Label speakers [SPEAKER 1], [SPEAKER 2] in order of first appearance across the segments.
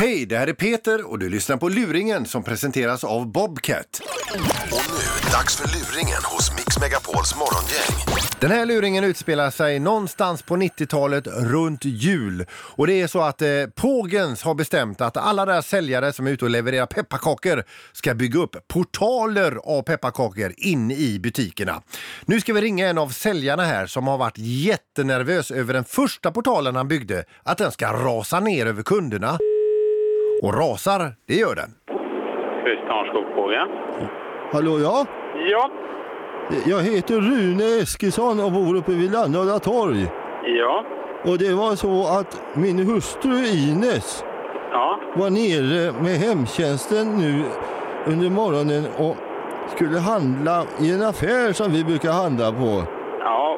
[SPEAKER 1] Hej, det här är Peter och du lyssnar på Luringen som presenteras av Bobcat.
[SPEAKER 2] Och nu, dags för luringen hos Mix Megapols morgongäng.
[SPEAKER 1] Den här luringen utspelar sig någonstans på 90-talet runt jul. Och det är så att eh, Pågens har bestämt att alla deras säljare som är ute och levererar pepparkakor ska bygga upp portaler av pepparkakor in i butikerna. Nu ska vi ringa en av säljarna här som har varit jättenervös över den första portalen han byggde, att den ska rasa ner över kunderna. Och rasar, det gör den.
[SPEAKER 3] Hustanskogpågen.
[SPEAKER 4] Hallå ja,
[SPEAKER 3] Ja.
[SPEAKER 4] jag heter Rune Eskilsson och bor uppe vid Landala torg.
[SPEAKER 3] Ja.
[SPEAKER 4] Och det var så att min hustru Ines
[SPEAKER 3] Ja.
[SPEAKER 4] var nere med hemtjänsten nu under morgonen och skulle handla i en affär som vi brukar handla på.
[SPEAKER 3] Ja.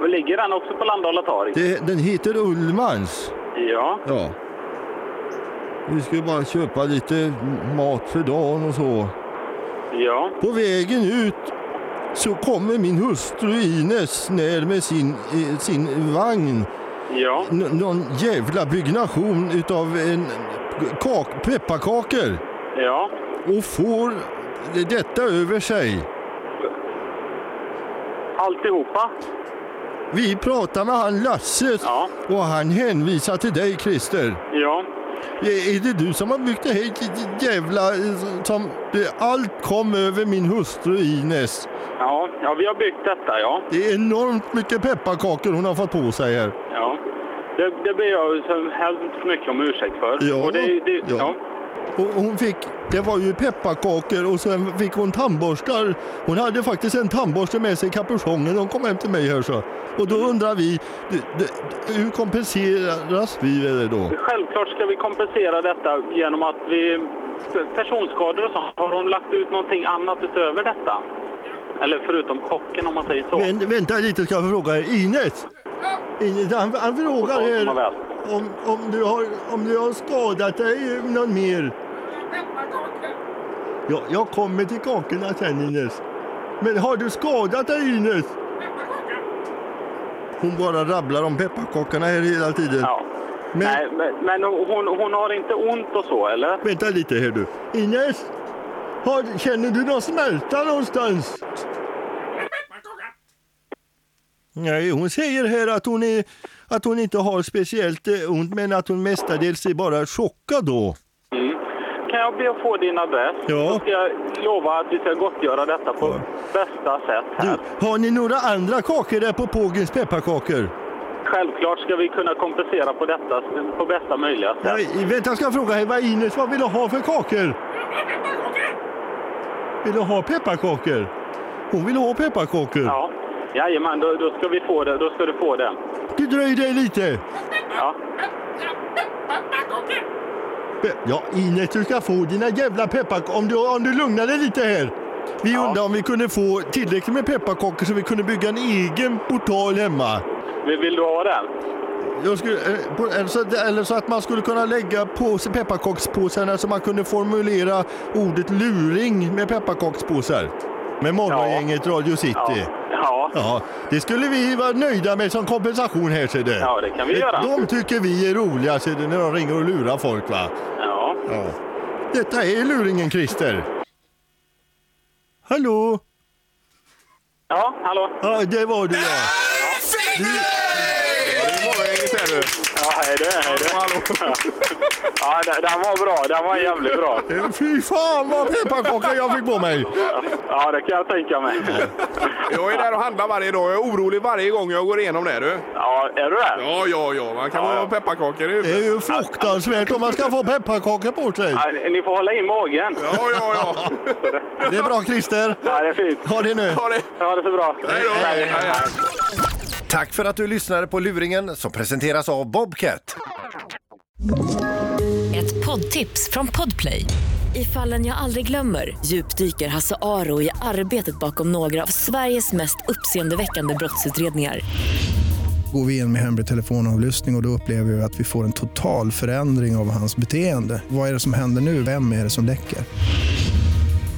[SPEAKER 3] Och Ligger den också på Landala torg?
[SPEAKER 4] Det, den heter Ullmans.
[SPEAKER 3] Ja.
[SPEAKER 4] Ja. Vi skulle bara köpa lite mat för dagen och så.
[SPEAKER 3] Ja.
[SPEAKER 4] På vägen ut så kommer min hustru Ines ner med sin, eh, sin vagn.
[SPEAKER 3] Ja.
[SPEAKER 4] N- någon jävla byggnation utav en kak- pepparkakor
[SPEAKER 3] Ja.
[SPEAKER 4] och får detta över sig.
[SPEAKER 3] Alltihopa?
[SPEAKER 4] Vi pratar med han Lasse
[SPEAKER 3] Ja.
[SPEAKER 4] och han hänvisar till dig Christer.
[SPEAKER 3] Ja.
[SPEAKER 4] Är är det du som har byggt det här j- jävla... eh, Som, det, allt kom över min hustru Ines.
[SPEAKER 3] Ja. Ja, vi har byggt detta, ja.
[SPEAKER 4] Det är enormt mycket pepparkakor hon har fått på sig här.
[SPEAKER 3] Ja. Det, det ber jag ju så hemskt mycket om ursäkt för.
[SPEAKER 4] Ja,
[SPEAKER 3] Och det, det,
[SPEAKER 4] ja. Och hon fick, det var ju pepparkakor och sen fick hon tandborstar. Hon hade faktiskt en tandborste med sig i kapuschongen. Hon kom hem till mig här så. Och då undrar vi, d- d- hur kompenseras vi med det då?
[SPEAKER 3] Självklart ska vi kompensera detta genom att vi... Personskador och sånt, har de lagt ut någonting annat utöver detta? Eller förutom kocken om man säger så.
[SPEAKER 4] Men, vänta lite ska jag fråga er. Ines! Ines han, han frågar er
[SPEAKER 3] Nåväl.
[SPEAKER 4] om, om, du har, om du har skadat dig någon mer. Ja, jag kommer till kakorna sen Ines. Men har du skadat dig Ines? Hon bara rabblar om pepparkakorna här hela tiden.
[SPEAKER 3] Ja.
[SPEAKER 4] Men-
[SPEAKER 3] Nej, men, men hon, hon har inte ont och så, eller?
[SPEAKER 4] Vänta lite här du. Ines! Har, känner du någon smälta någonstans? Nej, hon säger här att hon, är, att hon inte har speciellt eh, ont men att hon mestadels är bara chockad då.
[SPEAKER 3] Mm. Kan jag be att få din adress?
[SPEAKER 4] Ja.
[SPEAKER 3] Så ska jag lova att vi ska gottgöra detta på
[SPEAKER 4] Ja.
[SPEAKER 3] bästa sätt här.
[SPEAKER 4] Du, har ni några andra kakor där på Pågens pepparkakor?
[SPEAKER 3] Självklart ska vi kunna kompensera på detta på bästa möjliga sätt.
[SPEAKER 4] Nej, vänta, jag ska fråga här, vad Ines vad vill du ha för kakor? Vill du ha pepparkakor? Hon vill ha pepparkakor.
[SPEAKER 3] Ja. Jajamän, då, då ska vi få det. Då ska du få det.
[SPEAKER 4] Du dröj dig lite.
[SPEAKER 3] Ja.
[SPEAKER 4] Pe- Ja, Ines, du ska få dina jävla pepparkakor om du, om du lugnar dig lite här. Vi
[SPEAKER 3] Ja.
[SPEAKER 4] undrar om vi kunde få tillräckligt med pepparkakor så vi kunde bygga en egen portal hemma.
[SPEAKER 3] Vill, vill du ha den?
[SPEAKER 4] Jag skulle, eh, på- eller, så, eller så att man skulle kunna lägga på sig pepparkakspåsarna så man kunde formulera ordet luring med pepparkakspåsar. Med morgongänget Radio City.
[SPEAKER 3] Ja. Ja.
[SPEAKER 4] Ja, det skulle vi vara nöjda med som kompensation här ser du.
[SPEAKER 3] Ja, det kan vi göra.
[SPEAKER 4] De tycker vi är roliga ser du, när de ringer och lurar folk va.
[SPEAKER 3] ja.
[SPEAKER 4] Ja. Detta är luringen Christer. Hallå?
[SPEAKER 3] Ja, hallå?
[SPEAKER 4] Ja, det var du ja.
[SPEAKER 3] Ja, hej du, hej du. Ja, den, den var bra. Den var jävligt bra.
[SPEAKER 4] Eh, Fy fan vad pepparkakor jag fick på mig.
[SPEAKER 3] Ja, det kan jag tänka mig.
[SPEAKER 5] Jag är där och handlar varje dag. Jag är orolig varje gång jag går igenom det. Du.
[SPEAKER 3] Ja, är du där?
[SPEAKER 5] Ja, ja, ja. Man kan
[SPEAKER 3] Ja, ja.
[SPEAKER 5] ha pepparkakor i
[SPEAKER 4] Det är
[SPEAKER 5] huvudet.
[SPEAKER 4] ju fruktansvärt om man ska få pepparkakor på sig.
[SPEAKER 3] Ja, ni- ni får hålla i magen.
[SPEAKER 5] Ja, ja, ja.
[SPEAKER 4] Det är bra Christer.
[SPEAKER 3] Ja, det är fint.
[SPEAKER 4] Ha det nu.
[SPEAKER 5] Ha det.
[SPEAKER 3] Ha det så bra.
[SPEAKER 5] Hej då. Hej, hej.
[SPEAKER 1] Tack för att du lyssnade på Luringen som presenteras av Bobcat.
[SPEAKER 6] Ett poddtips från Podplay. I fallen jag aldrig glömmer djupdyker Hasse Aro i arbetet bakom några av Sveriges mest uppseendeväckande brottsutredningar.
[SPEAKER 7] Går vi in med hemlig telefonavlyssning och, och då upplever vi att vi får en total förändring av hans beteende. Vad är det som händer nu? Vem är det som läcker?